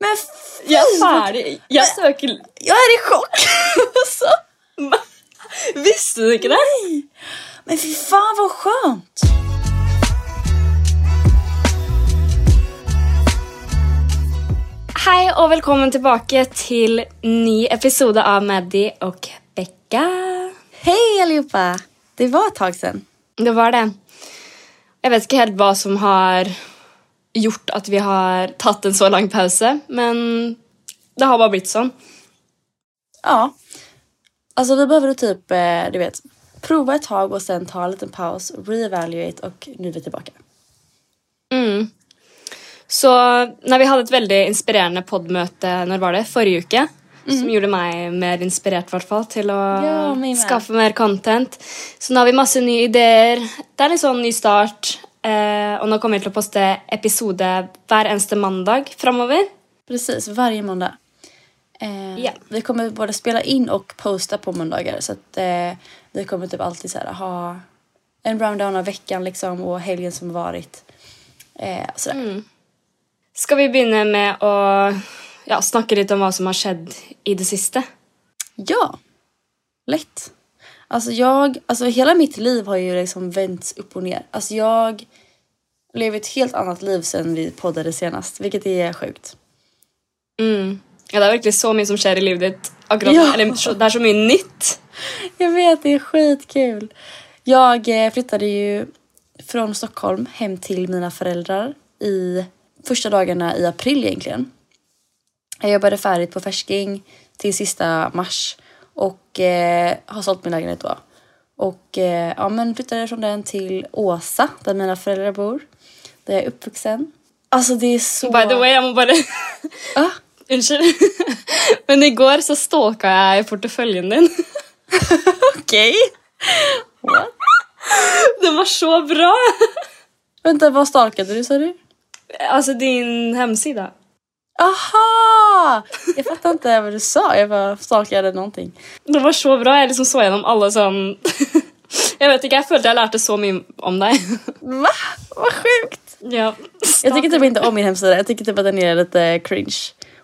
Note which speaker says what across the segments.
Speaker 1: Men fy!
Speaker 2: Jag, fan, jag söker...
Speaker 1: Jag är i chock!
Speaker 2: Alltså, visste du inte det?
Speaker 1: Men fy fan vad skönt!
Speaker 2: Hej och välkommen tillbaka till ny episod av Maddie och Becka.
Speaker 1: Hej allihopa! Det var ett tag sedan.
Speaker 2: Det var det. Jag vet inte helt vad som har gjort att vi har tagit en så lång paus, men det har bara blivit så.
Speaker 1: Ja. Alltså vi behöver typ, eh, du vet, prova ett tag och sen ta en liten paus, reevaluate och nu är vi tillbaka.
Speaker 2: Mm. Så när vi hade ett väldigt inspirerande poddmöte, när var det? Förra veckan. Som gjorde mig mer inspirerad i alla fall till att
Speaker 1: Mm. Ja, mig med.
Speaker 2: skaffa mer content. Så nu har vi massa nya idéer. Det är en sån ny start. Eh, och nu kommer vi att posta episoder varje måndag framöver.
Speaker 1: Precis, varje måndag. Eh,
Speaker 2: Ja.
Speaker 1: Vi kommer både spela in och posta på måndagar så att eh, vi kommer typ alltid så här, ha en rundown av veckan liksom och helgen som varit. Eh, sådär.
Speaker 2: Ska vi börja med att ja, snacka lite om vad som har skett i det sista?
Speaker 1: Ja, lätt. Alltså jag, alltså hela mitt liv har ju liksom vänts upp och ner. Alltså jag lever ett helt annat liv sen vi poddade senast, vilket är sjukt.
Speaker 2: Mm. Ja, det är verkligen så mycket som sker i livet akkurat
Speaker 1: Ja.
Speaker 2: Eller så- det är så mycket nytt.
Speaker 1: Jag vet, det är skitkul. Jag eh, flyttade ju från Stockholm hem till mina föräldrar i första dagarna i april egentligen. Jag jobbade färdigt på Färsking till sista mars och eh, har sålt min lägenhet då. Och eh, ja, men flyttade från den till Åsa där mina föräldrar bor. Där jag är uppvuxen. Alltså det är så...
Speaker 2: By the way, jag må bara...
Speaker 1: Ah,
Speaker 2: Unnskyld. Men igår så stalkade jag i portföljen din.
Speaker 1: Okej! What?
Speaker 2: Den var så bra!
Speaker 1: Vänta, vad stalkade du sa du?
Speaker 2: Alltså din hemsida.
Speaker 1: Aha! Jag fattar inte vad du sa. Jag bara stalkade någonting.
Speaker 2: Den var så bra. Jag liksom såg igenom alla sån... Jag vet inte, jag kände jag lärde så mycket om dig.
Speaker 1: Va? Vad sjukt!
Speaker 2: Ja.
Speaker 1: Jag tycker typ inte om min hemsida. Jag tycker typ att den är lite cringe.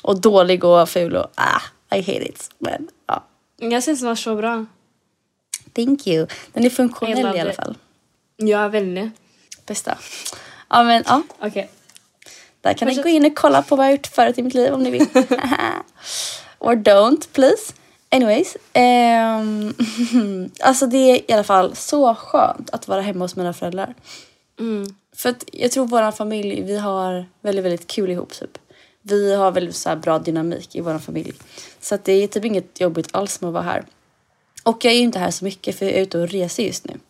Speaker 1: Och dålig och ful och ah, I hate it. Men ja,
Speaker 2: Jag syns den var så bra.
Speaker 1: thank you. Den är
Speaker 2: Jag
Speaker 1: funktionell
Speaker 2: gillar
Speaker 1: i alla
Speaker 2: det.
Speaker 1: fall.
Speaker 2: Ja, väldigt.
Speaker 1: Bästa. Ja men ja,
Speaker 2: Okej.
Speaker 1: där kan ni
Speaker 2: Fortsätt.
Speaker 1: gå in och kolla på vad jag har gjort förut i mitt liv om ni vill. Or don't please. Anyways. ehm, alltså det är i alla fall så skönt att vara hemma hos mina föräldrar.
Speaker 2: Mm.
Speaker 1: För att jag tror vår familj, vi har väldigt, väldigt kul ihop typ. Vi har väldigt så här bra dynamik i vår familj. Så att det är typ inget jobbigt alls med att vara här. Och jag är ju inte här så mycket för jag är ute och reser just nu.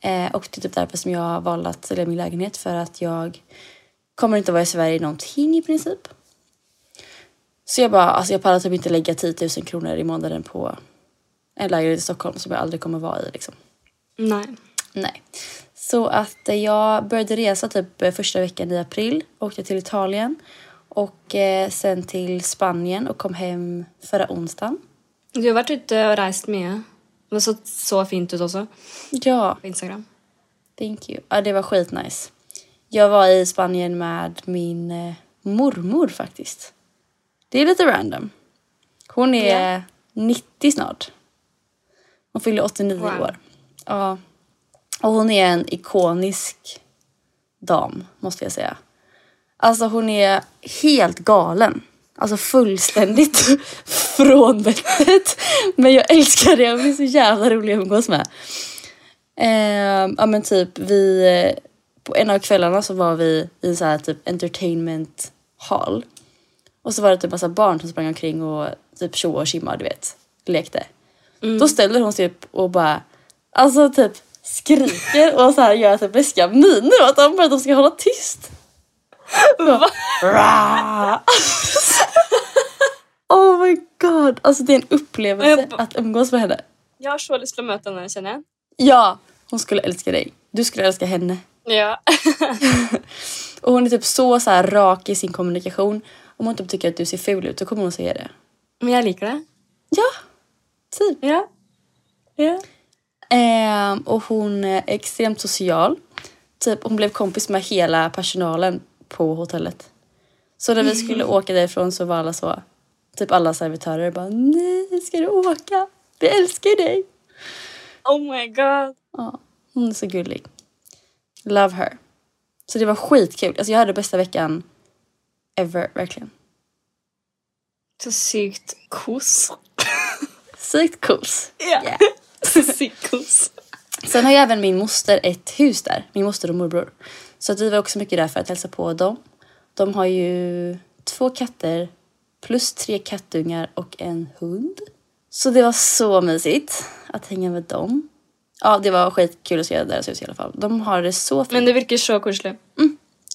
Speaker 1: Eh, och det är typ därför som jag valde att sälja min lägenhet för att jag kommer inte vara i Sverige någonting i princip. Så jag bara, alltså jag pallar typ inte lägga 10 000 kronor i månaden på en lägenhet i Stockholm som jag aldrig kommer vara i liksom.
Speaker 2: Nej.
Speaker 1: Nej. Så att eh, jag började resa typ eh, första veckan i april. Åkte till Italien och eh, sen till Spanien och kom hem förra onsdagen.
Speaker 2: Du har varit ute och rest mycket. Det såg så fint ut också
Speaker 1: Ja,
Speaker 2: på Instagram.
Speaker 1: thank you. Ja, det var skitnice. Jag var i Spanien med min eh, mormor faktiskt. Det är lite random. Hon är 90 snart. Hon fyller 89
Speaker 2: Wow.
Speaker 1: år. Ja. Och hon är en ikonisk dam, måste jag säga. Alltså hon är helt galen. Alltså fullständigt från vettet. Men jag älskar det. Hon är så jävla rolig att umgås med. Eh, ja men typ vi... På en av kvällarna så var vi i så här typ entertainment hall. Och så var det typ massa barn som sprang omkring och typ tjo och tjimma, du vet. Lekte. Då
Speaker 2: Mm.
Speaker 1: ställer hon sig upp och bara, alltså typ skriker och så här gör typ läskiga miner åt dem för att de ska hålla tyst. Va? oh my god, alltså det är en
Speaker 2: Men
Speaker 1: upplevelse
Speaker 2: jag ba-
Speaker 1: att umgås med henne.
Speaker 2: Jag har så lust att möta henne känner jag.
Speaker 1: Ja, hon skulle älska dig. Du skulle älska henne.
Speaker 2: Ja.
Speaker 1: Och hon är typ så, så här rak i sin kommunikation. Om hon typ tycker att du ser ful ut, då kommer hon säga det.
Speaker 2: Men jag gillar det.
Speaker 1: Ja, typ.
Speaker 2: Ja. Ja.
Speaker 1: Ehm, och hon är extremt social. Typ, hon blev kompis med hela personalen på hotellet. Så när vi skulle åka därifrån så var alla så, typ alla servitörer bara nej, ska du åka? Vi älskar dig.
Speaker 2: Oh my god.
Speaker 1: Ja, hon är så gullig. Love her. Så det var skitkul. Alltså jag hade bästa veckan ever, verkligen.
Speaker 2: Så sykt kos.
Speaker 1: Sjukt cools.
Speaker 2: Ja.
Speaker 1: Yeah.
Speaker 2: Så sykt kos.
Speaker 1: Sen har ju även min moster ett hus där, min moster och morbror. Så att vi var också mycket där för att hälsa på dem. De har ju två katter plus tre kattungar och en hund. Så det var så mysigt att hänga med dem. Ja, det var skitkul att se deras hus i alla fall. De har det så fint.
Speaker 2: Men det virker så koselig.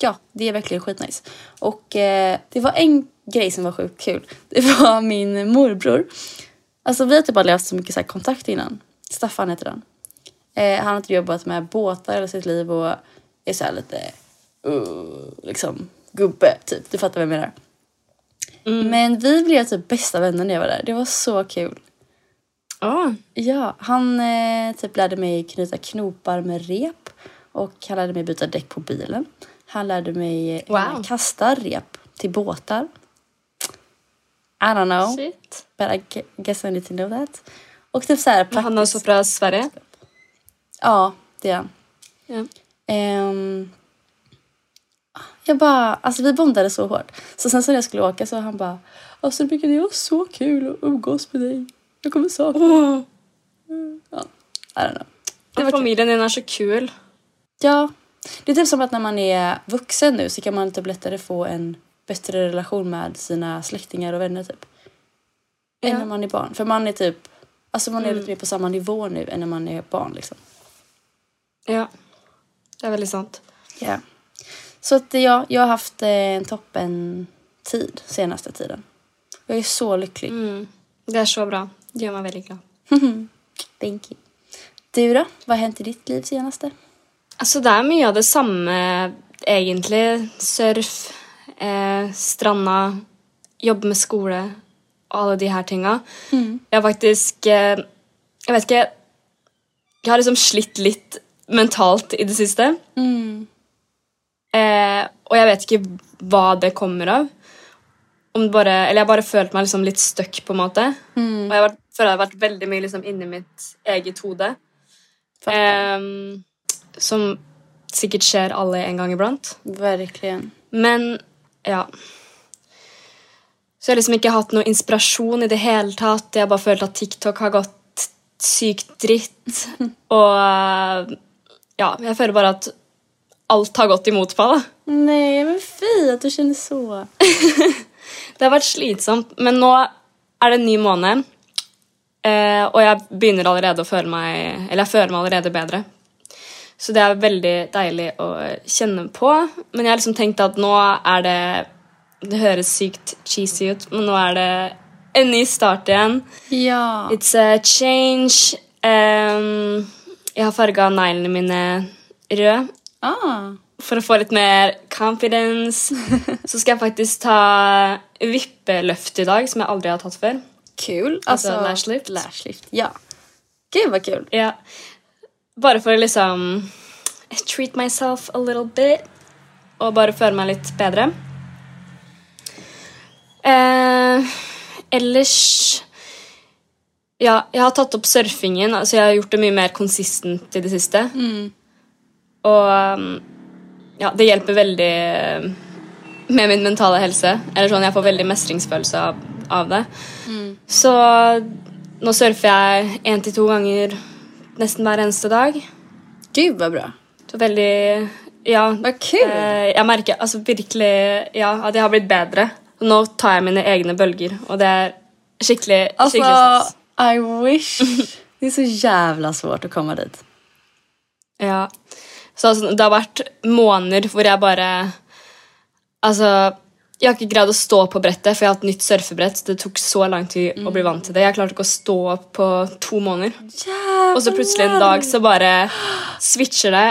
Speaker 1: Ja, det är verkligen skitnice. Och eh, det var en grej som var sjukt kul. Det var min morbror. Alltså vi har typ aldrig haft så mycket så här kontakt innan. Staffan heter han. Eh, han har typ jobbat med båtar hela sitt liv och är så här lite uh, liksom gubbe typ. Du fattar vad jag menar. Men vi blev typ bästa vänner när jag var där. Det var så kul.
Speaker 2: Ja.
Speaker 1: Ja, han eh, typ lärde mig knyta knopar med rep och han lärde mig byta däck på bilen. Han lärde mig eh,
Speaker 2: Wow.
Speaker 1: kasta rep till båtar. I don't know,
Speaker 2: Shit.
Speaker 1: but I gu- guess I need to know that. Och typ så här praktiskt.
Speaker 2: Han har så bra Sverige.
Speaker 1: Ja, det är han.
Speaker 2: Ja.
Speaker 1: Ehm, jag bara, alltså vi bondade så hårt. Så sen så när jag skulle åka så han bara, alltså Rebecka det var så kul att umgås med dig. Jag kommer sakna dig. Ja, I don't know.
Speaker 2: Det var Familjen din är så kul.
Speaker 1: Ja. Det är typ som att när man är vuxen nu så kan man typ lättare få en bättre relation med sina släktingar och vänner typ. Än
Speaker 2: Ja. Mm.
Speaker 1: när man är barn. För man är typ, alltså man är lite mer på samma nivå nu än när man är barn liksom.
Speaker 2: Ja. Det är väldigt sant.
Speaker 1: Ja. Så att ja, jag har haft eh, en toppen tid senaste tiden. Jag är så lycklig.
Speaker 2: Mm. Det är så bra. Det gör mig väldigt glad.
Speaker 1: Thank you. Du då? Vad har hänt i ditt liv senaste?
Speaker 2: Altså, Alltså, det er mye av det samme, egentlig. Surf, eh, stranda, jobbe med skole og alle de her tinga. Jeg har faktisk eh, Jeg vet ikke Jeg har liksom slitt litt mentalt i det siste. Mm. Eh, og jeg vet ikke hva det kommer av. Om det bare, eller jeg har bare følt meg liksom litt stuck, på en måte. Og jeg har vært, føler jeg har vært veldig mye liksom inni mitt eget hode. Ehm, som sikkert skjer alle en gang iblant.
Speaker 1: Verkligen.
Speaker 2: Men ja. Så jeg har liksom ikke hatt noe inspirasjon i det hele tatt. Jeg har bare følt at TikTok har gått sykt dritt. Og ja, jeg føler bare at alt har gått imot meg, da.
Speaker 1: Nej, men fy att du känner så.
Speaker 2: Det har vært slitsomt, men nå er det en ny måned. Eh, og jeg begynner allerede å føle meg Eller jeg føler meg allerede bedre. Så det er veldig deilig å kjenne på. Men jeg har liksom tenkt at nå er det Det høres sykt cheesy ut, men nå er det en ny start igjen.
Speaker 1: Ja.
Speaker 2: It's a change. Ehm, jeg har farga neglene mine røde
Speaker 1: Ah.
Speaker 2: for å få litt mer confidence. Så skal jeg faktisk ta vippeløft i dag, som jeg aldri har tatt før.
Speaker 1: Kul.
Speaker 2: Alltså, lash lift.
Speaker 1: Lash lift, ja. Gud vad kul.
Speaker 2: Ja. Bare for å liksom treat myself a little bit. Og bare føle meg litt bedre. Eh, ellers Ja, jeg har tatt opp surfingen. Altså jeg har gjort det mye mer konsistent i det siste. Og um, ja, det hjelper veldig eh, med min mentale helse. Eller sånn, Jeg får veldig mestringsfølelse av, av det. Så nå surfer jeg én til to ganger nesten hver eneste dag.
Speaker 1: Gud vad bra.
Speaker 2: Så veldig Ja.
Speaker 1: Vad kul.
Speaker 2: Eh, jeg merker altså virkelig ja, at jeg har blitt bedre. Og nå tar jeg mine egne bølger, og det er skikkelig
Speaker 1: Alltså,
Speaker 2: skikkelig stas.
Speaker 1: I wish. Det är så jävla svårt att komma dit.
Speaker 2: Ja. Så altså, det har vært måneder hvor jeg bare Altså Jeg har ikke greid å stå på brettet, for jeg har hatt nytt surfebrett. så Det tok så lang tid å bli vant til det. Jeg klarte ikke å stå opp på to måneder.
Speaker 1: Jävlar.
Speaker 2: Og så plutselig en dag så bare switcher det,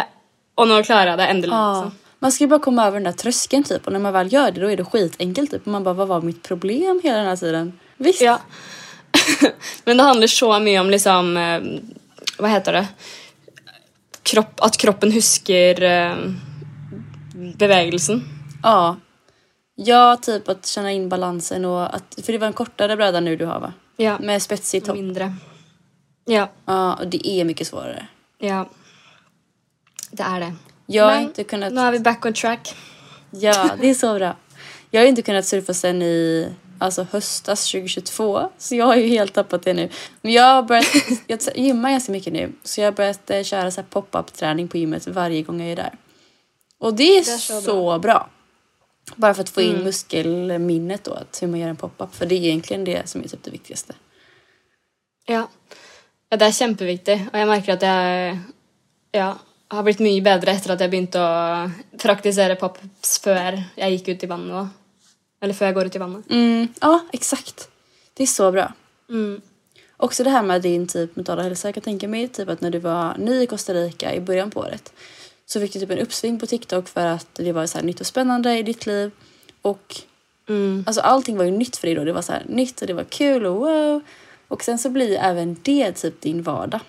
Speaker 2: og nå klarer jeg det endelig.
Speaker 1: Ja.
Speaker 2: Liksom.
Speaker 1: Man ska ju bara komma över den där tröskeln typ och när man väl gör det då är det skitenkelt typ. Man bara, vad var mitt problem hela den här tiden? Visst.
Speaker 2: Ja. Men det handler så mye om liksom eh, Hva heter det? Kropp, at kroppen husker eh, bevegelsen.
Speaker 1: Ja. Ja, typ att känna in balansen och att... För det var en kortare bräda nu du har va?
Speaker 2: Ja,
Speaker 1: Med spetsig topp.
Speaker 2: mindre. Ja,
Speaker 1: Ja, och det är mycket svårare.
Speaker 2: ja. Det är det.
Speaker 1: Jag har
Speaker 2: Men
Speaker 1: inte kunnat...
Speaker 2: Nu är vi back on track.
Speaker 1: Ja, det är så bra. Jag har ju inte kunnat surfa sen i alltså, höstas 2022, så jag har ju helt tappat det nu. Men jag har börjat jag gymmar ganska mycket nu, så jag har börjat eh, köra så här pop-up-träning på gymmet varje gång jag är där. Och det är,
Speaker 2: Det är
Speaker 1: så,
Speaker 2: så
Speaker 1: bra. Mm. Bara för att få in muskelminnet då, att hur man gör en pop-up. För det är egentligen det som är typ det viktigaste.
Speaker 2: Ja. ja, det er kjempeviktig, og jeg merker at jeg ja, har blitt mye bedre etter at jeg begynte å praktisere pop-ups før jeg gikk ut i vannet òg. Eller før jeg går ut i vannet.
Speaker 1: Mm, ja, exakt. Det är så bra.
Speaker 2: Mm.
Speaker 1: Också det här med din typ mentala hälsa. Jag kan tänka mig typ att när du var ny i Costa Rica i början på året så fick du typ en uppsving på TikTok för att det var så här nytt och spännande i ditt liv. Och
Speaker 2: Mm.
Speaker 1: alltså allting var ju nytt för dig då. Det var så här nytt och det var kul och wow. Och sen så blir även det typ din vardag.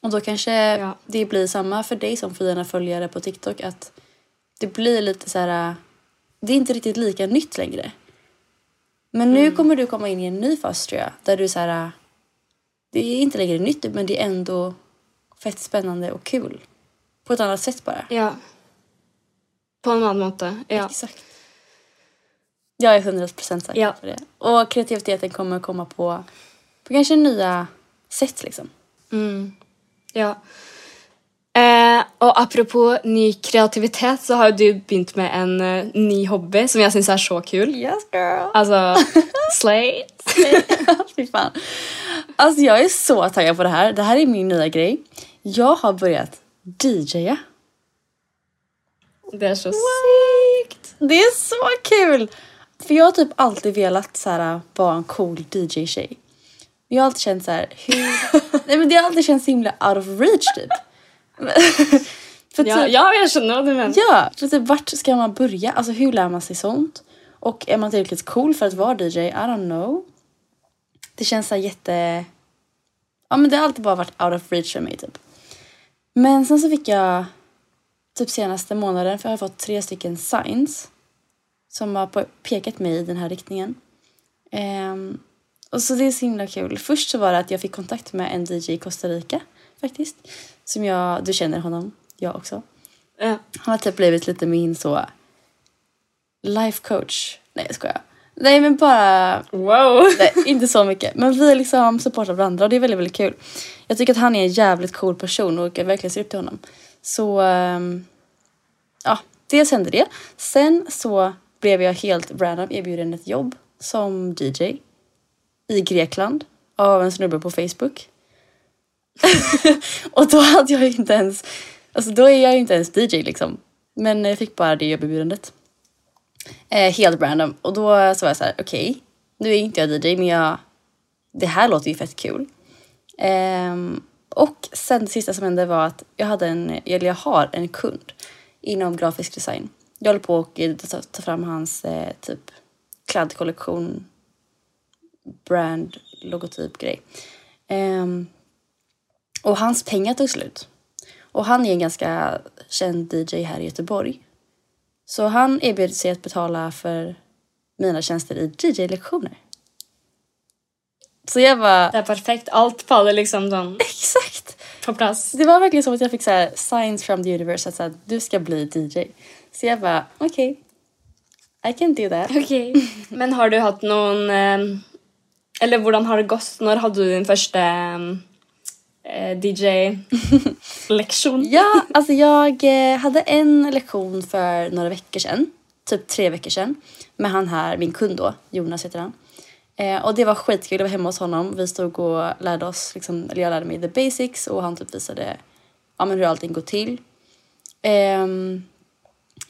Speaker 1: Och då kanske
Speaker 2: Ja.
Speaker 1: det blir samma för dig som för dina följare på TikTok att det blir lite så här. Det är inte riktigt lika nytt längre. Men nu
Speaker 2: Mm.
Speaker 1: kommer du komma in i en ny fas tror jag. Där du så här. Det är inte längre nytt men det är ändå fett spännande og kul. På ett annat sätt bara.
Speaker 2: Ja. På en annen måte. Ja.
Speaker 1: Exakt. Jag är 100% säker
Speaker 2: Ja.
Speaker 1: på det. Och kreativiteten kommer komma på, på kanske nya sätt liksom.
Speaker 2: Mm. ja. Eh, og apropos ny kreativitet, så har jo du begynt med en eh, ny hobby som jeg syns er så kul.
Speaker 1: Yes girl!
Speaker 2: Altså slate.
Speaker 1: Fy fan. Alltså jag är så taggad på det här. Det här är min nya grej. Jag har börjat DJa.
Speaker 2: Det er så
Speaker 1: Sjukt! Det är så kul! För jag har typ alltid velat så här, vara en cool DJ-tjej. Men jag har alltid känt så här, hur... Nej men det har alltid känts så himla out of reach typ. För typ-
Speaker 2: Ja, ja, jeg skjønner hva du mener.
Speaker 1: Ja, för typ, vart ska man börja? Alltså hur lär man sig sånt? Och är man tillräckligt cool för att vara DJ? I don't know. Det känns så här jätte... Ja men det har alltid bara varit out of reach för mig typ. Men sen så fick jag typ senaste månaden, för jag har fått tre stycken signs som har pe- pekat mig i den här riktningen. Ehm, och så det är så himla kul. Först så var det att jag fick kontakt med en DJ i Costa Rica faktiskt. Som jag, du känner honom, jag också.
Speaker 2: Ja.
Speaker 1: Han har typ blivit lite min så life coach. Nej, jag skojar. Nej, men bara
Speaker 2: Wow.
Speaker 1: Nej, inte så mycket. Men vi liksom supportar varandra och det är väldigt, väldigt kul. Jag tycker att han är en jävligt cool person och jag verkligen ser upp till honom. Så ehm, ja, dels hände det. Sen så blev jag helt random erbjuden ett jobb som DJ i Grekland av en snubbe på Facebook. och då hade jag ju inte ens, alltså då är jag ju inte ens DJ liksom. Men jag fick bara det jobberbjudandet. Eh, helt random. Och då så var jag så här, okej, nu är inte jag DJ, men jag, det här låter ju fett kul. Ehm, och sen det sista som hände var att jag, hade en, eller jag har en kund inom grafisk design. Jag håller på och eh, ta- ta fram hans eh, typ kladdkollektion, brand, logotyp, grej. Ehm, och hans pengar tog slut. Och han är en ganska känd DJ här i Göteborg. Så han erbjöd sig att betala för mina tjänster i DJ-lektioner. Så jag bara,
Speaker 2: Det er perfekt. Alt faller liksom sånn
Speaker 1: exakt!
Speaker 2: på plass.
Speaker 1: Det var verkligen som att jag fick så här, signs from the universe att så här, du ska bli DJ. Så jag bara, okej. I can do that.
Speaker 2: Ok. Men har du hatt noen eh, Eller hvordan har det gått? Når hadde du din første eh, DJ-leksjon?
Speaker 1: Ja, alltså jag eh, hade en lektion för några veckor sedan. Typ tre veckor sedan. Med han här, min kund då. Jonas heter han. Eh, och det var skitkul. Jag var hemma hos honom. Vi stod och lärde oss, liksom, eller jag lärde mig the basics och han typ visade ja, men hur allting går till. Ehm,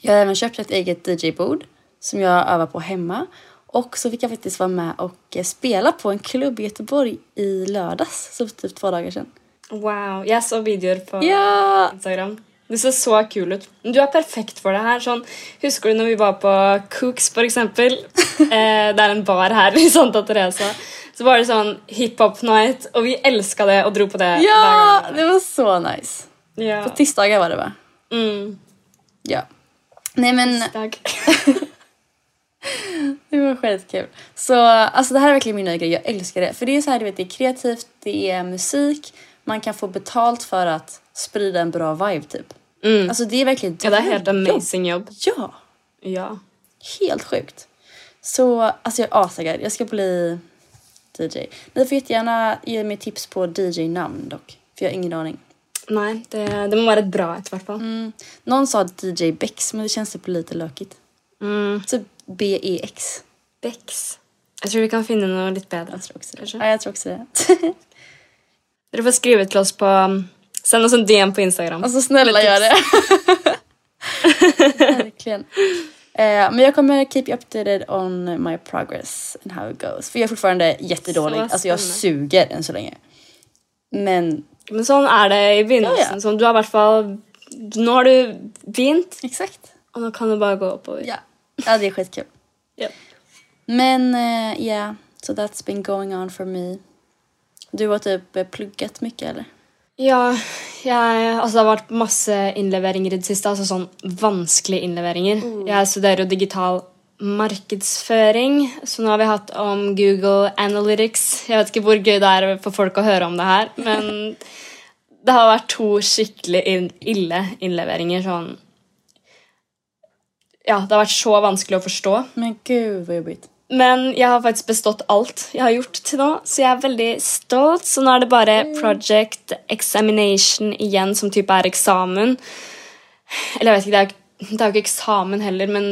Speaker 1: jag har även köpt ett eget DJ-bord som jag övar på hemma. Och så fick jag faktiskt vara med och eh, spela på en klubb i Göteborg i lördags, så typ två dagar sedan.
Speaker 2: Wow. Jeg så videoer på
Speaker 1: Ja!
Speaker 2: Instagram. Du ser så kul ut. Men Du er perfekt for det her. Sånn, husker du når vi var på Cooks, for eksempel? Eh, det er en bar her i Santa Teresa. Så var det sånn hiphop night, og vi elska det og dro på det.
Speaker 1: Ja!
Speaker 2: hver gang.
Speaker 1: Det var så nice.
Speaker 2: ja.
Speaker 1: På tisdagar var det va?
Speaker 2: Mm.
Speaker 1: Ja. Nej men,
Speaker 2: Dag.
Speaker 1: Det var skitkul. Så alltså det här är verkligen min nya grej. Jag älskar det. För det är så här, du vet, det är kreativt, det är musik. Man kan få betalt för att sprida en bra vibe typ.
Speaker 2: Mm.
Speaker 1: Alltså det är verkligen
Speaker 2: Ja, det är helt
Speaker 1: drömjobb.
Speaker 2: amazing jobb.
Speaker 1: Ja,
Speaker 2: Ja.
Speaker 1: helt sjukt. Så alltså jag är asaggad. Jag ska bli DJ. Ni får jättegärna ge mig tips på DJ-namn dock. För jag har ingen aning.
Speaker 2: Nej, det, det må vara ett bra ett i vart fall.
Speaker 1: Mm. Någon sa DJ Bex men det känns typ lite lökigt.
Speaker 2: Mm.
Speaker 1: Typ BEX.
Speaker 2: Bex. Jag tror vi kan finna något lite bättre.
Speaker 1: Jag tror också det.
Speaker 2: Kanske.
Speaker 1: Ja, jag tror också det.
Speaker 2: Du får skriva till oss på... um, Sänd oss en DM på Instagram.
Speaker 1: Alltså snälla gör det. Verkligen. Eh, men jag kommer keep you updated on my progress and how it goes. För jag är fortfarande jättedålig.
Speaker 2: Så
Speaker 1: Alltså jag
Speaker 2: spännande.
Speaker 1: suger än så länge. Men
Speaker 2: Men sånn er det i begynnelsen.
Speaker 1: Ja, ja.
Speaker 2: Som du har i hvert fall Nå har du begynt,
Speaker 1: exakt.
Speaker 2: og nå kan du bare gå oppover.
Speaker 1: Ja, ja det är skitkul.
Speaker 2: Ja.
Speaker 1: Men ja, uh, yeah. So that's been going on for me. Du har typ eh, pluggat mycket eller?
Speaker 2: Ja, jeg, altså Det har vært masse innleveringer i det siste. altså sånn Vanskelige innleveringer. Jeg studerer jo digital markedsføring, så nå har vi hatt om Google Analytics. Jeg vet ikke hvor gøy det er for folk å høre om det her, men det har vært to skikkelig inn, ille innleveringer. sånn... Ja, det har vært så vanskelig å forstå.
Speaker 1: Men gud vad jobbigt.
Speaker 2: Men jeg har faktisk bestått alt jeg har gjort til nå, så jeg er veldig stolt. Så nå er det bare project examination igjen, som type er eksamen. Eller jeg vet ikke, det er, jo- det er jo ikke eksamen heller, men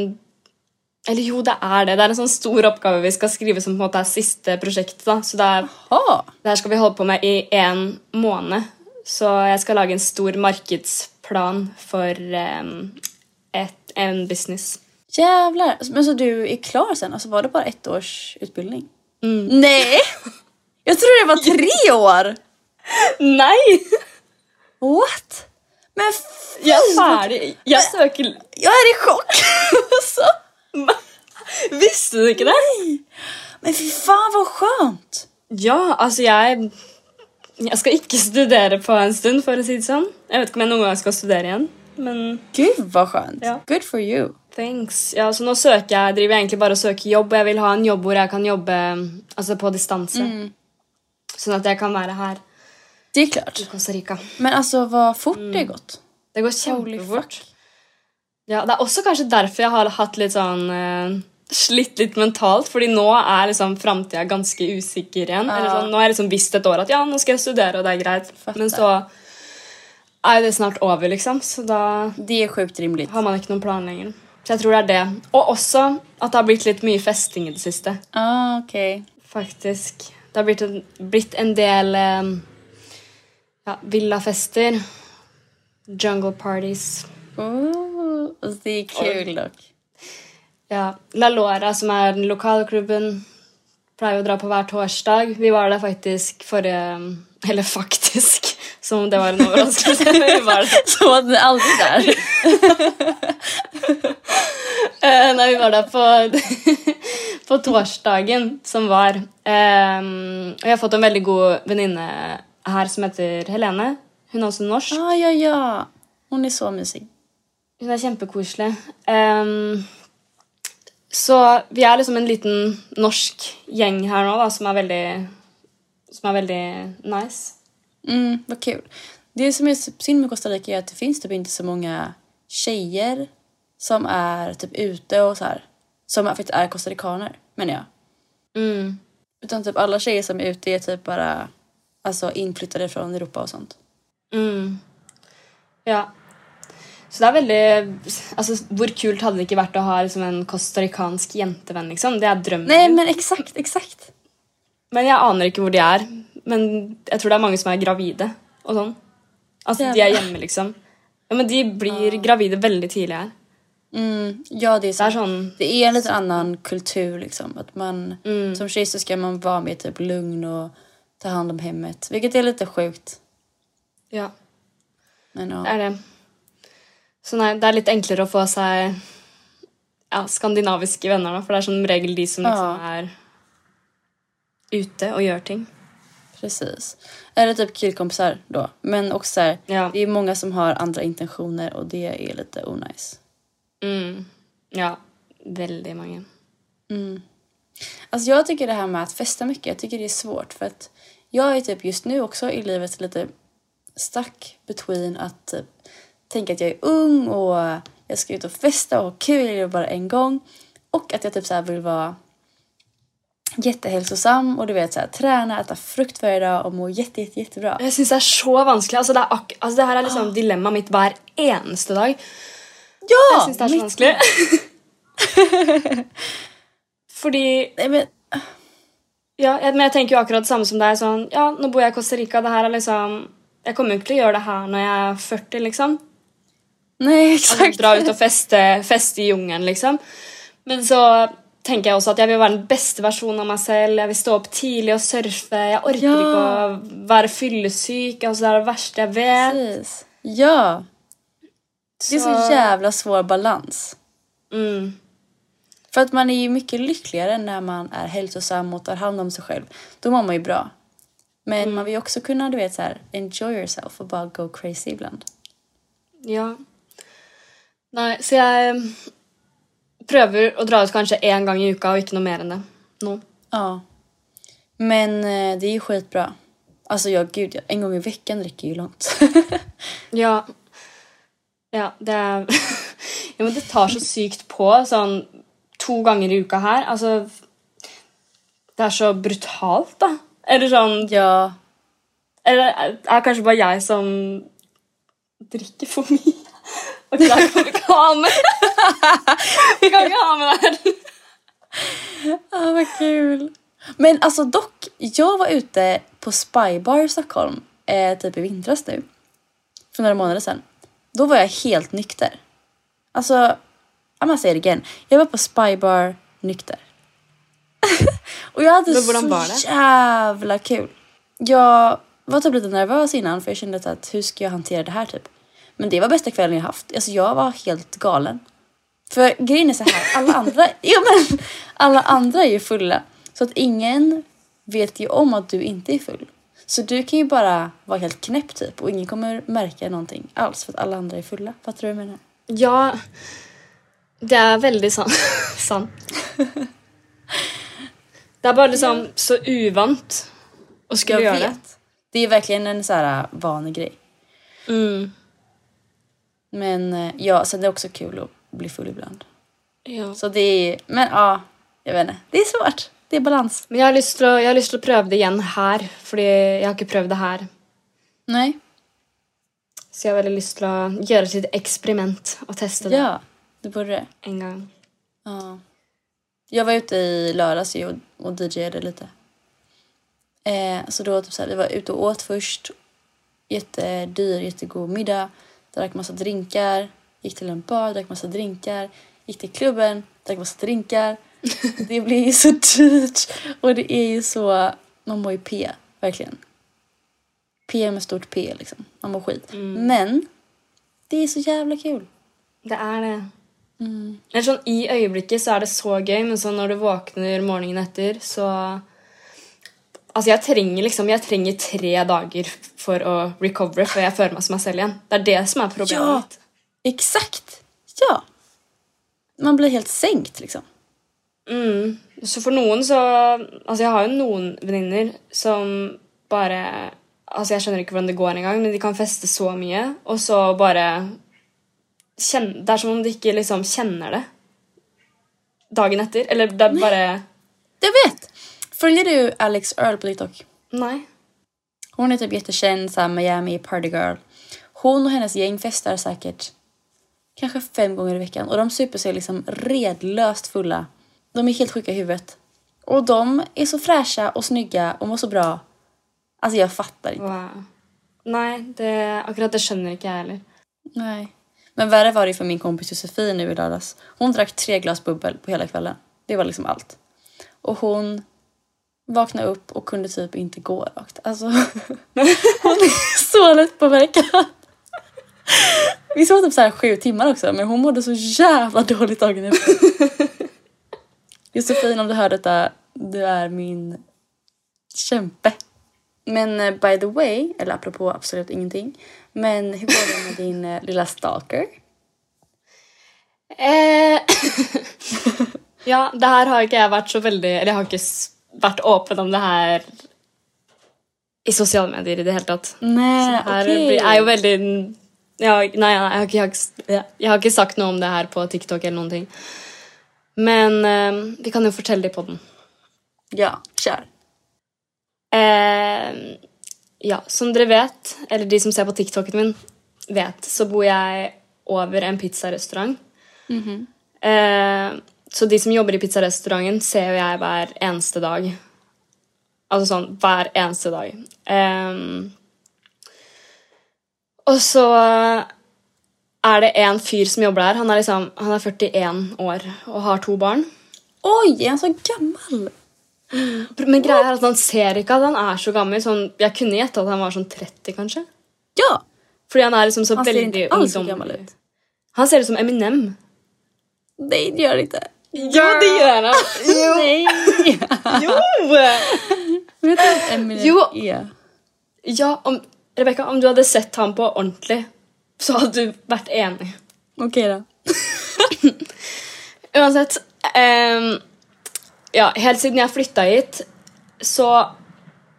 Speaker 2: Eller jo, det er det. Det er en sånn stor oppgave vi skal skrive som på en måte er siste prosjekt. da. Så det er
Speaker 1: Ja,
Speaker 2: det her skal vi holde på med i en måned. Så jeg skal lage en stor markedsplan for eh, et, en business.
Speaker 1: jävlar. Men så du är klar sen? Alltså var det bara ett års utbildning? Nej! Jag trodde det var tre år!
Speaker 2: Nei!
Speaker 1: What? Men fy
Speaker 2: Jeg er
Speaker 1: fan!
Speaker 2: ferdig. Jeg søker
Speaker 1: Jag är i chock! alltså.
Speaker 2: Visste du ikke det?
Speaker 1: Men fy fan vad skönt!
Speaker 2: Ja, alltså altså jeg Jeg skal ikke studere på en stund, for å si det sånn. Jeg vet ikke om jeg noen gang skal studere igjen, men
Speaker 1: Gud vad skönt!
Speaker 2: Ja.
Speaker 1: Good for you!
Speaker 2: thanks. Ja, så nå søker jeg, driver jeg egentlig bare og søker jobb, og jeg vil ha en jobb hvor jeg kan jobbe altså på distanse. Sånn at jeg kan være her
Speaker 1: Det är klart.
Speaker 2: i Costa Rica.
Speaker 1: Men alltså vad fort det har gått.
Speaker 2: Det går
Speaker 1: Holy
Speaker 2: kjempefort. Ja, det er også kanskje derfor jeg har hatt litt sånn eh, Slitt litt mentalt, fordi nå er liksom framtida ganske usikker igjen. Eller sånn, nå har jeg liksom visst et år at ja, nå skal jeg studere, og det er greit.
Speaker 1: Fattar.
Speaker 2: Men så er jo det snart over, liksom. Så da
Speaker 1: Det är sjukt rimligt.
Speaker 2: har man ikke noen plan lenger. Så jeg tror det er det. Og også at det har blitt litt mye festing i det siste.
Speaker 1: Ah, okej.
Speaker 2: Faktisk. Det har blitt en, blitt en del eh, ja, villafester. Jungle parties.
Speaker 1: Ooh, alltså, det är kul dock.
Speaker 2: Ja, La Lora, som er den lokale klubben, pleier å dra på hver torsdag. Vi var der faktisk forrige Eller faktisk, som om det var en overraskelse. Vi var der.
Speaker 1: Som att ni aldrig är där.
Speaker 2: Eh, nei, vi var der på, på torsdagen som var. Eh, og jeg har fått en veldig god venninne her som heter Helene. Hun er også norsk.
Speaker 1: Ja, ja, ja. Hon är så mysig.
Speaker 2: Hun er kjempekoselig. Ehm, så vi er liksom en liten norsk gjeng her nå, da, som er veldig Som er veldig nice.
Speaker 1: Mm, vad kul. Det som är typ synd med Costa Rica är att det finns typ inte så många tjejer som är typ ute och så här. Som faktiskt är costaricaner, menar jag.
Speaker 2: Mm.
Speaker 1: Utan typ alla tjejer som är ute är typ bara alltså inflyttade från Europa och sånt.
Speaker 2: Mm. Ja. Så det er veldig Altså, hvor kult hadde det ikke vært å ha liksom, en costaricansk jentevenn, liksom? Det er drømmen.
Speaker 1: Nej,
Speaker 2: min.
Speaker 1: men exakt, exakt.
Speaker 2: Men jeg aner ikke hvor de er. Men jeg tror det er mange som er gravide og sånn. Altså, de er hjemme, liksom. Ja, men de blir gravide veldig tidlig her.
Speaker 1: Mm, ja, det är, så.
Speaker 2: Det er sånn
Speaker 1: Det är en lite annan kultur liksom. Att man, Som tjej så ska man vara mer typ lugn och ta hand om hemmet. Vilket är lite sjukt.
Speaker 2: Ja.
Speaker 1: Men ja.
Speaker 2: Det er det. Så nei, det er litt enklere å få seg ja, skandinaviske venner, da. For det er som regel de som liksom er ute og gjør ting.
Speaker 1: Precis. Eller typ killkompisar då. Men också så här,
Speaker 2: Ja.
Speaker 1: det är många som har andra intentioner och det är lite onajs.
Speaker 2: Mm. Ja. Veldig mange.
Speaker 1: Alltså jag tycker det här med att festa mycket, jag tycker det är svårt för att jag är typ just nu också i livet lite stuck between att typ tänka att jag är ung och jag ska ut och festa och ha kul, jag gör det bara en gång. Och att jag typ så här vill vara jättehälsosam och du vet så här, träna, äta frukt varje dag och må jätte, jätte, jättebra.
Speaker 2: Jeg syns det er så vanskelig. Altså, det, er ak altså, det her er
Speaker 1: Ah.
Speaker 2: liksom dilemmaet mitt hver eneste dag. Jeg
Speaker 1: Ja!
Speaker 2: synes det er så
Speaker 1: mitt-
Speaker 2: vanskelig. Fordi
Speaker 1: Nej, men,
Speaker 2: Ja, jeg, men jeg tenker jo akkurat det samme som deg. Sånn, ja, nå bor jeg i Costa Rica. Det her er liksom Jeg kommer jo ikke til å gjøre det her når jeg er 40, liksom.
Speaker 1: nej
Speaker 2: Altså,
Speaker 1: exakt.
Speaker 2: dra ut og feste, feste i jungelen, liksom. Men så tenker jeg også at jeg vil være den beste versjonen av meg selv. Jeg vil stå opp tidlig og surfe. Jeg orker
Speaker 1: Ja.
Speaker 2: ikke å være fyllesyk. Altså, det er det verste jeg vet.
Speaker 1: Precis. Ja, det är så jävla svår balans.
Speaker 2: mm,
Speaker 1: För att man är ju mycket lyckligare när man är hälsosam och tar hand om sig själv. Då mår man ju bra. Men man vill ju också kunna, du vet, så här, enjoy yourself och bara go crazy ibland.
Speaker 2: Ja. Nei, så jeg prøver å dra ut kanskje én gang i uka og ikke noe mer enn det nå.
Speaker 1: Ja. Men eh, det är ju skitbra. Alltså, jag, gud, jag, en gång i veckan räcker ju långt.
Speaker 2: Ja. Ja, det er ja, men Det tar så sykt på sånn to ganger i uka her. Altså Det er så brutalt, da. Eller sånn
Speaker 1: ja.
Speaker 2: Eller er det kanskje bare jeg som drikker for mye? Ok, det kan vi ikke ha med Vi kan ikke ha med det her.
Speaker 1: Ja, vad kul. Men alltså dock, jag var ute på Spybar i Stockholm eh, typ i vintras nu. För några månader sedan. Då var jag helt nykter. Alltså, I'm gonna say it again. Jag var på Spybar nykter. Och jag hade
Speaker 2: Men hvordan
Speaker 1: så
Speaker 2: var det?
Speaker 1: jävla kul. Jag var typ lite nervös innan för jag kände att hur ska jag hantera det här typ. Men det var bästa kvällen jag haft. Alltså jag var helt galen. För grejen är så här, alla andra, ja, men, alla andra är ju fulla. Så att ingen vet ju om att du inte är full. Så du kan ju bara vara helt knäpp typ och ingen kommer märka någonting alls för att alla andra är fulla. Fattar du vad jag menar?
Speaker 2: Ja, det er veldig sant. sant. Det er bare liksom så uvant å skulle
Speaker 1: Jag
Speaker 2: gjøre det.
Speaker 1: vet. Det är verkligen en så här äh, vanlig grej.
Speaker 2: Mm.
Speaker 1: Men eh, ja, sen det är också kul att bli full ibland.
Speaker 2: Ja.
Speaker 1: Så det är, men ja, jag vet inte. Det är svårt. Det är balans.
Speaker 2: Men jeg har, lyst til å, jeg har lyst til å prøve det igjen her, fordi jeg har ikke prøvd det her.
Speaker 1: Nej.
Speaker 2: Så jeg har veldig lyst til å gjøre et lite eksperiment og teste det
Speaker 1: Ja, det borde det.
Speaker 2: en gang.
Speaker 1: Ja. Jag var ute i lördags ju och, och DJade lite. Eh, så då typ så här, vi var ute och åt först. Jättedyr, jättegod middag. Drack massa drinkar. Gick till en bar, drack massa drinkar. Gick till klubben, drack massa drinkar. Det blir ju så dyrt. Och det är ju så... Man mår ju P, verkligen. P med stort P, liksom. Man mår skit. Men det är så jävla kul.
Speaker 2: Det er det.
Speaker 1: Mm.
Speaker 2: Eller sånn, I øyeblikket så er det så gøy, men sånn når du våkner morgenen etter, så Altså, jeg trenger liksom, jeg trenger tre dager for å recovere før jeg føler meg som meg selv igjen. Det er det som er problemet
Speaker 1: Ja.
Speaker 2: mitt.
Speaker 1: Exakt! Ja. Man blir helt sänkt liksom.
Speaker 2: Mm. Så for noen så Altså, jeg har jo noen venninner som alltså bare Altså, jeg skjønner ikke hvordan det går engang, men de kan feste så mye, og så bare kjenn- Det er som om de ikke liksom kjenner det dagen etter. Eller det er bare
Speaker 1: Jag vet! Följer du Alex Earl på TikTok?
Speaker 2: Nei.
Speaker 1: Hon är typ jättekänd, så här Miami party girl. Hon och hennes gäng festar säkert kanske fem gånger i veckan och de super sig liksom redlöst fulla. De är helt sjuka i huvudet. Och de är så fräscha og snygga och mår så bra. Alltså jag fattar inte.
Speaker 2: Wow. Nei, det, akkurat det skjønner ikke jeg heller.
Speaker 1: Nej. Men värre var det för min kompis Josefin nu i lördags. Hon drack tre glas bubbel på hela kvällen. Det var liksom allt. Och hon vaknade upp och kunde typ inte gå rakt. Alltså, hon är så lättpåverkad. Vi sov typ så här sju timmar också, men hon mådde så jävla dåligt dagen efter. Josefin, om du hör detta, du är min kämpe. Men eh, by the way, eller apropå absolut ingenting, men hur går det med din eh, lilla stalker?
Speaker 2: Eh, Ja, det her har ikke jeg vært så veldig Eller jeg har ikke s- vært åpen om det her i sosiale medier i det hele tatt.
Speaker 1: Nej,
Speaker 2: Her
Speaker 1: Eh, okej.
Speaker 2: blir, er jo veldig ja, Nei, jeg har, ikke, jeg, har ikke, s- ja, jeg har ikke sagt noe om det her på TikTok eller noen ting. Men eh, vi kan jo fortelle det i poden.
Speaker 1: Ja, kör.
Speaker 2: Eh, ja, som dere vet, eller de som ser på TikToken min, vet, så bor jeg over en pizzarestaurant. eh, så de som jobber i pizzarestauranten, ser jo jeg hver eneste dag. Altså sånn hver eneste dag. Eh, og så er det en fyr som jobber der. Han er, liksom, han er 41 år og har to barn.
Speaker 1: Oj, är han så gammal?
Speaker 2: Men greia er at han ser ikke at han er så gammel. Sånn, jeg kunne gjette at han var sånn 30, kanskje.
Speaker 1: Ja!
Speaker 2: Fordi han er liksom så
Speaker 1: Han ser
Speaker 2: veldig
Speaker 1: inte alls så
Speaker 2: ungdommelig.
Speaker 1: gammal ut.
Speaker 2: Han ser ut som Eminem.
Speaker 1: Nej, det gör han inte.
Speaker 2: Ja, det gjør han!
Speaker 1: Nej!
Speaker 2: Jo!
Speaker 1: Vet du vad Eminem
Speaker 2: Jo.
Speaker 1: är?
Speaker 2: Ja, om, Rebecca, om du hadde sett ham på ordentlig, så hadde du vært enig.
Speaker 1: Okej då.
Speaker 2: Uansett ehm, Ja, helt siden jeg flytta hit, så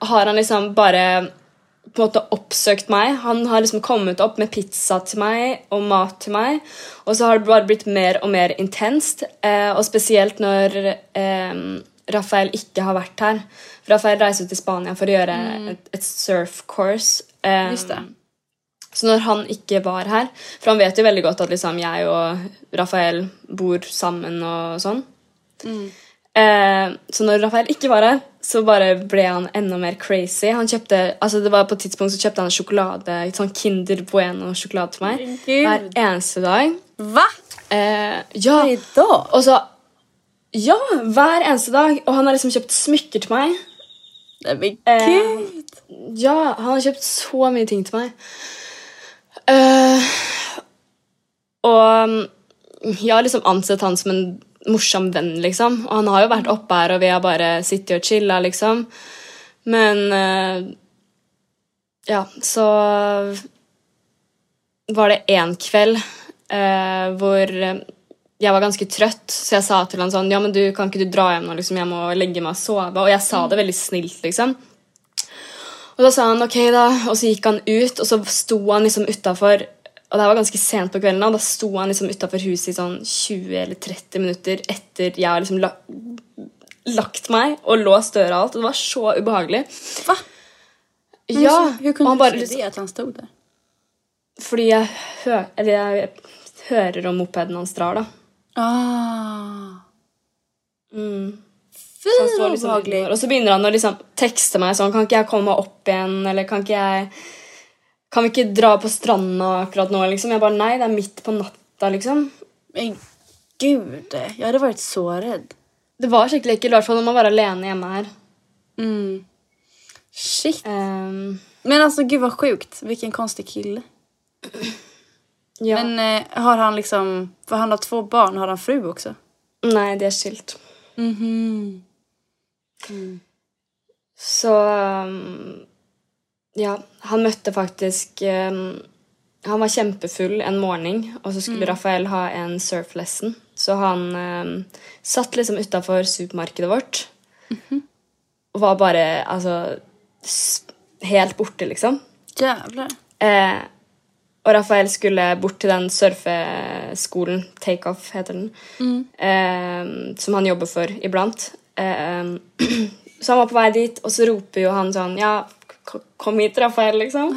Speaker 2: har han liksom bare på en måte oppsøkt meg. Han har liksom kommet opp med pizza til meg og mat til meg. Og så har det bare blitt mer og mer intenst. eh, og spesielt når ehm, Rafael ikke har vært her. Rafael reiser til Spania for å gjøre et, et surf course. ehm,
Speaker 1: Mm. Just det.
Speaker 2: så når han ikke var her For han vet jo veldig godt at liksom jeg og Rafael bor sammen og sånn. Eh, så når Rafael ikke var her, så bare ble han enda mer crazy. Han kjøpte, altså det var På et tidspunkt så kjøpte han sjokolade, sånn Kinder Bueno-sjokolade til meg
Speaker 1: Gud.
Speaker 2: hver eneste dag.
Speaker 1: Va?
Speaker 2: Eh, ja,
Speaker 1: Varje dag?
Speaker 2: og så Ja, hver eneste dag. Og han har liksom kjøpt smykker til meg.
Speaker 1: Nej men
Speaker 2: Eh,
Speaker 1: gud!
Speaker 2: Ja, han har kjøpt så mye ting til meg. Eh, og mm, jeg har liksom ansett han som en morsom venn, liksom. Og han har jo vært oppe her, og vi har bare sittet og chilla, liksom. Men eh, Ja, så var det én kveld eh, hvor eh, jeg var ganske trøtt, så jeg sa til han sånn Ja, men du, kan ikke du dra hjem nå, liksom? Jeg må legge meg og sove. Og jeg sa det veldig snilt, liksom. Og da sa han ok, da. Og så gikk han ut, og så sto han liksom utafor. Og det her var ganske sent på kvelden, da, og da sto han liksom utafor huset i sånn 20 eller 30 minutter etter jeg har liksom la lagt meg og låst døra og alt. Og det var så ubehagelig.
Speaker 1: Va? Men
Speaker 2: Ja,
Speaker 1: hur- Hur
Speaker 2: og
Speaker 1: kunde
Speaker 2: han
Speaker 1: du se
Speaker 2: bare liksom,
Speaker 1: det att han stod där?
Speaker 2: Fordi jeg, hø eller jeg hører om mopeden hans drar, da.
Speaker 1: Ah.
Speaker 2: Mm.
Speaker 1: Fy
Speaker 2: Så han står
Speaker 1: vad
Speaker 2: liksom
Speaker 1: obehaglig.
Speaker 2: utenfor, og så begynner han å liksom tekste meg sånn Kan ikke jeg komme meg opp igjen? Eller kan ikke jeg Kan vi ikke dra på stranda akkurat nå? Liksom. Jeg bare Nei, det er midt på natta, liksom.
Speaker 1: Men gud, jag hade varit så rädd.
Speaker 2: Det var skikkelig ekkelt, i hvert fall når man var alene hjemme her.
Speaker 1: Mm. Shit.
Speaker 2: Ehm,
Speaker 1: Men alltså gud vad sjukt. Vilken konstig kille.
Speaker 2: ja.
Speaker 1: Men eh, har han liksom, för han har två barn, har han fru också?
Speaker 2: Nei, de er skilt.
Speaker 1: Mhm.
Speaker 2: Så um, Ja, han møtte faktisk um, Han var kjempefull en morgen, og så
Speaker 1: Mm.
Speaker 2: skulle Rafael ha en surflesson. Så han um, satt liksom utafor supermarkedet vårt
Speaker 1: Mhm.
Speaker 2: og var bare altså s- helt borte, liksom.
Speaker 1: Jävlar.
Speaker 2: Eh, og Rafael skulle bort til den surfeskolen, Takeoff heter den, eh, som han jobber for iblant. Eh, så han var på vei dit, og så roper jo han sånn Ja, k- kom hit, Rafael, liksom.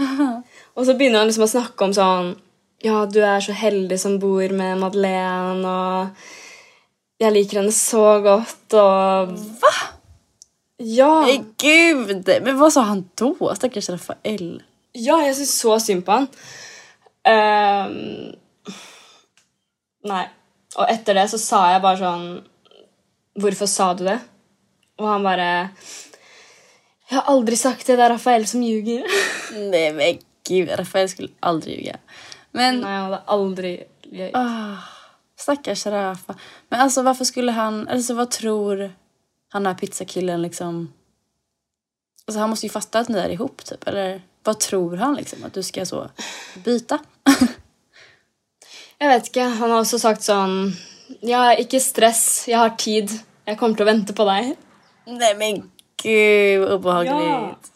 Speaker 2: Og så begynner han liksom å snakke om sånn Ja, du er så heldig som bor med Madeleine, og jeg liker henne så godt, og
Speaker 1: Va?
Speaker 2: Ja!
Speaker 1: Men gud! Men vad sa han då? Stackars Rafael.
Speaker 2: Ja, jeg syns så synd på han. Ehm, nei. Og etter det så sa jeg bare sånn Hvorfor sa du det? Og han bare Jeg har aldri sagt det. Det er Rafael som ljuger.
Speaker 1: Nej men gud, Rafael skulle aldrig ljuga. Men
Speaker 2: nei, han hadde aldri ljugd.
Speaker 1: ah, stackars Rafa. Men alltså varför skulle han, alltså vad tror han här pizzakillen liksom? Alltså han måste ju fatta att ni är ihop typ, eller vad tror han liksom? Att du ska så byta?
Speaker 2: Jeg vet ikke. Han har også sagt sånn Ja, ikke stress. Jeg har tid. Jeg kommer til å vente på deg.
Speaker 1: Nej men gud, vad obehagligt.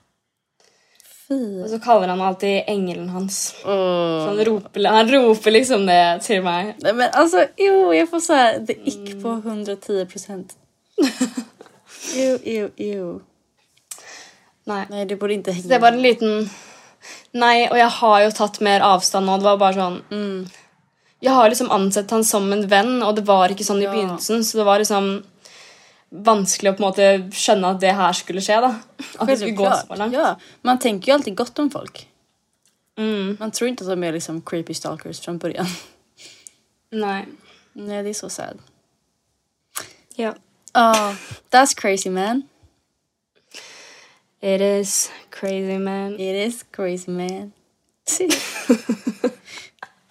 Speaker 1: Fy.
Speaker 2: Og så kaller han alltid engelen hans.
Speaker 1: Åh.
Speaker 2: Så han, roper, han roper liksom det till mig.
Speaker 1: Nej men alltså, jo, jag får så här, the ick på 110 procent. Jo, jo, jo.
Speaker 2: Nej.
Speaker 1: Nej, det borde inte hänga.
Speaker 2: Det var en liten Nei, og jeg har jo tatt mer avstand nå. Det var bare sånn
Speaker 1: Mm.
Speaker 2: Jeg har liksom ansett han som en venn, og det var ikke sånn i
Speaker 1: Ja.
Speaker 2: begynnelsen. Så det var liksom vanskelig å på en måte skjønne at det her skulle skje. da. At det skulle gå
Speaker 1: Självklart.
Speaker 2: så langt.
Speaker 1: Ja, man tänker ju alltid gott om folk.
Speaker 2: Mm.
Speaker 1: Man tror inte att de är liksom creepy stalkers från början.
Speaker 2: Nei.
Speaker 1: Nej, det är så sad.
Speaker 2: Ja.
Speaker 1: Oh, that's crazy man.
Speaker 2: It is crazy, man.
Speaker 1: It is crazy man.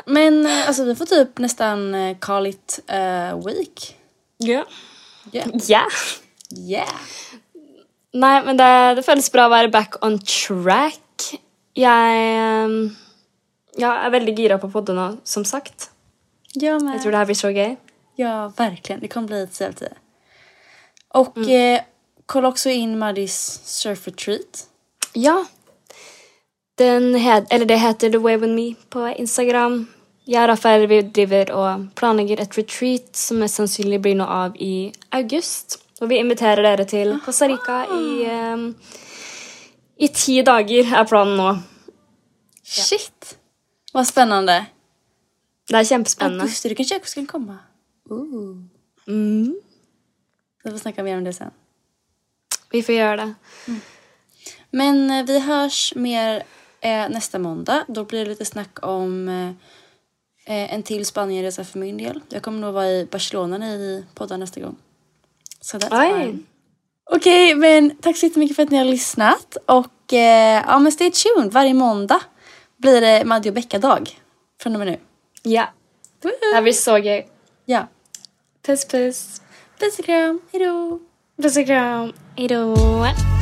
Speaker 1: Men eh, alltså vi får typ nästan eh, call it a week.
Speaker 2: Ja.
Speaker 1: Yeah.
Speaker 2: Ja.
Speaker 1: Yeah.
Speaker 2: Nei, men det, det føles bra å være back on track. Jeg um, ja, er veldig gira på podden nå, som sagt.
Speaker 1: Jag
Speaker 2: Jeg
Speaker 1: med.
Speaker 2: tror det her blir så gøy.
Speaker 1: Ja, verkligen. Det kommer bli ett ställt i. Och eh, kolla också in Maddys surf retreat.
Speaker 2: Ja. Den het, eller det heter The Way With Me på Instagram. Jeg og Rafael vi driver og planlegger et retreat som mest sannsynlig blir noe av i august. Og vi inviterer dere til Costa Rica i, em, i ti dager, er planen nå.
Speaker 1: Shit! Vad spännande.
Speaker 2: Det er kjempespennende.
Speaker 1: Augusti, du kanske också kan komma. Ooh.
Speaker 2: Mm.
Speaker 1: Vi får snacka mer om det sen.
Speaker 2: Vi får gjøre det.
Speaker 1: Men eh, vi hörs mer eh, nästa måndag. Då blir det lite snack om eh, eh, en till Spanienresa för min del. Jag kommer nog vara i Barcelona när vi poddar nästa gång. Så that's
Speaker 2: Oj.
Speaker 1: fine. Okej, men tack så jättemycket för att ni har lyssnat. Och eh, ja, men stay tuned. Varje måndag blir det Madde och Becka-dag. Från och med nu.
Speaker 2: Ja.
Speaker 1: Woho!
Speaker 2: Det blir så gøy.
Speaker 1: Ja.
Speaker 2: Puss, puss.
Speaker 1: Puss och kram. Hej då!
Speaker 2: Puss og kram. Hei då.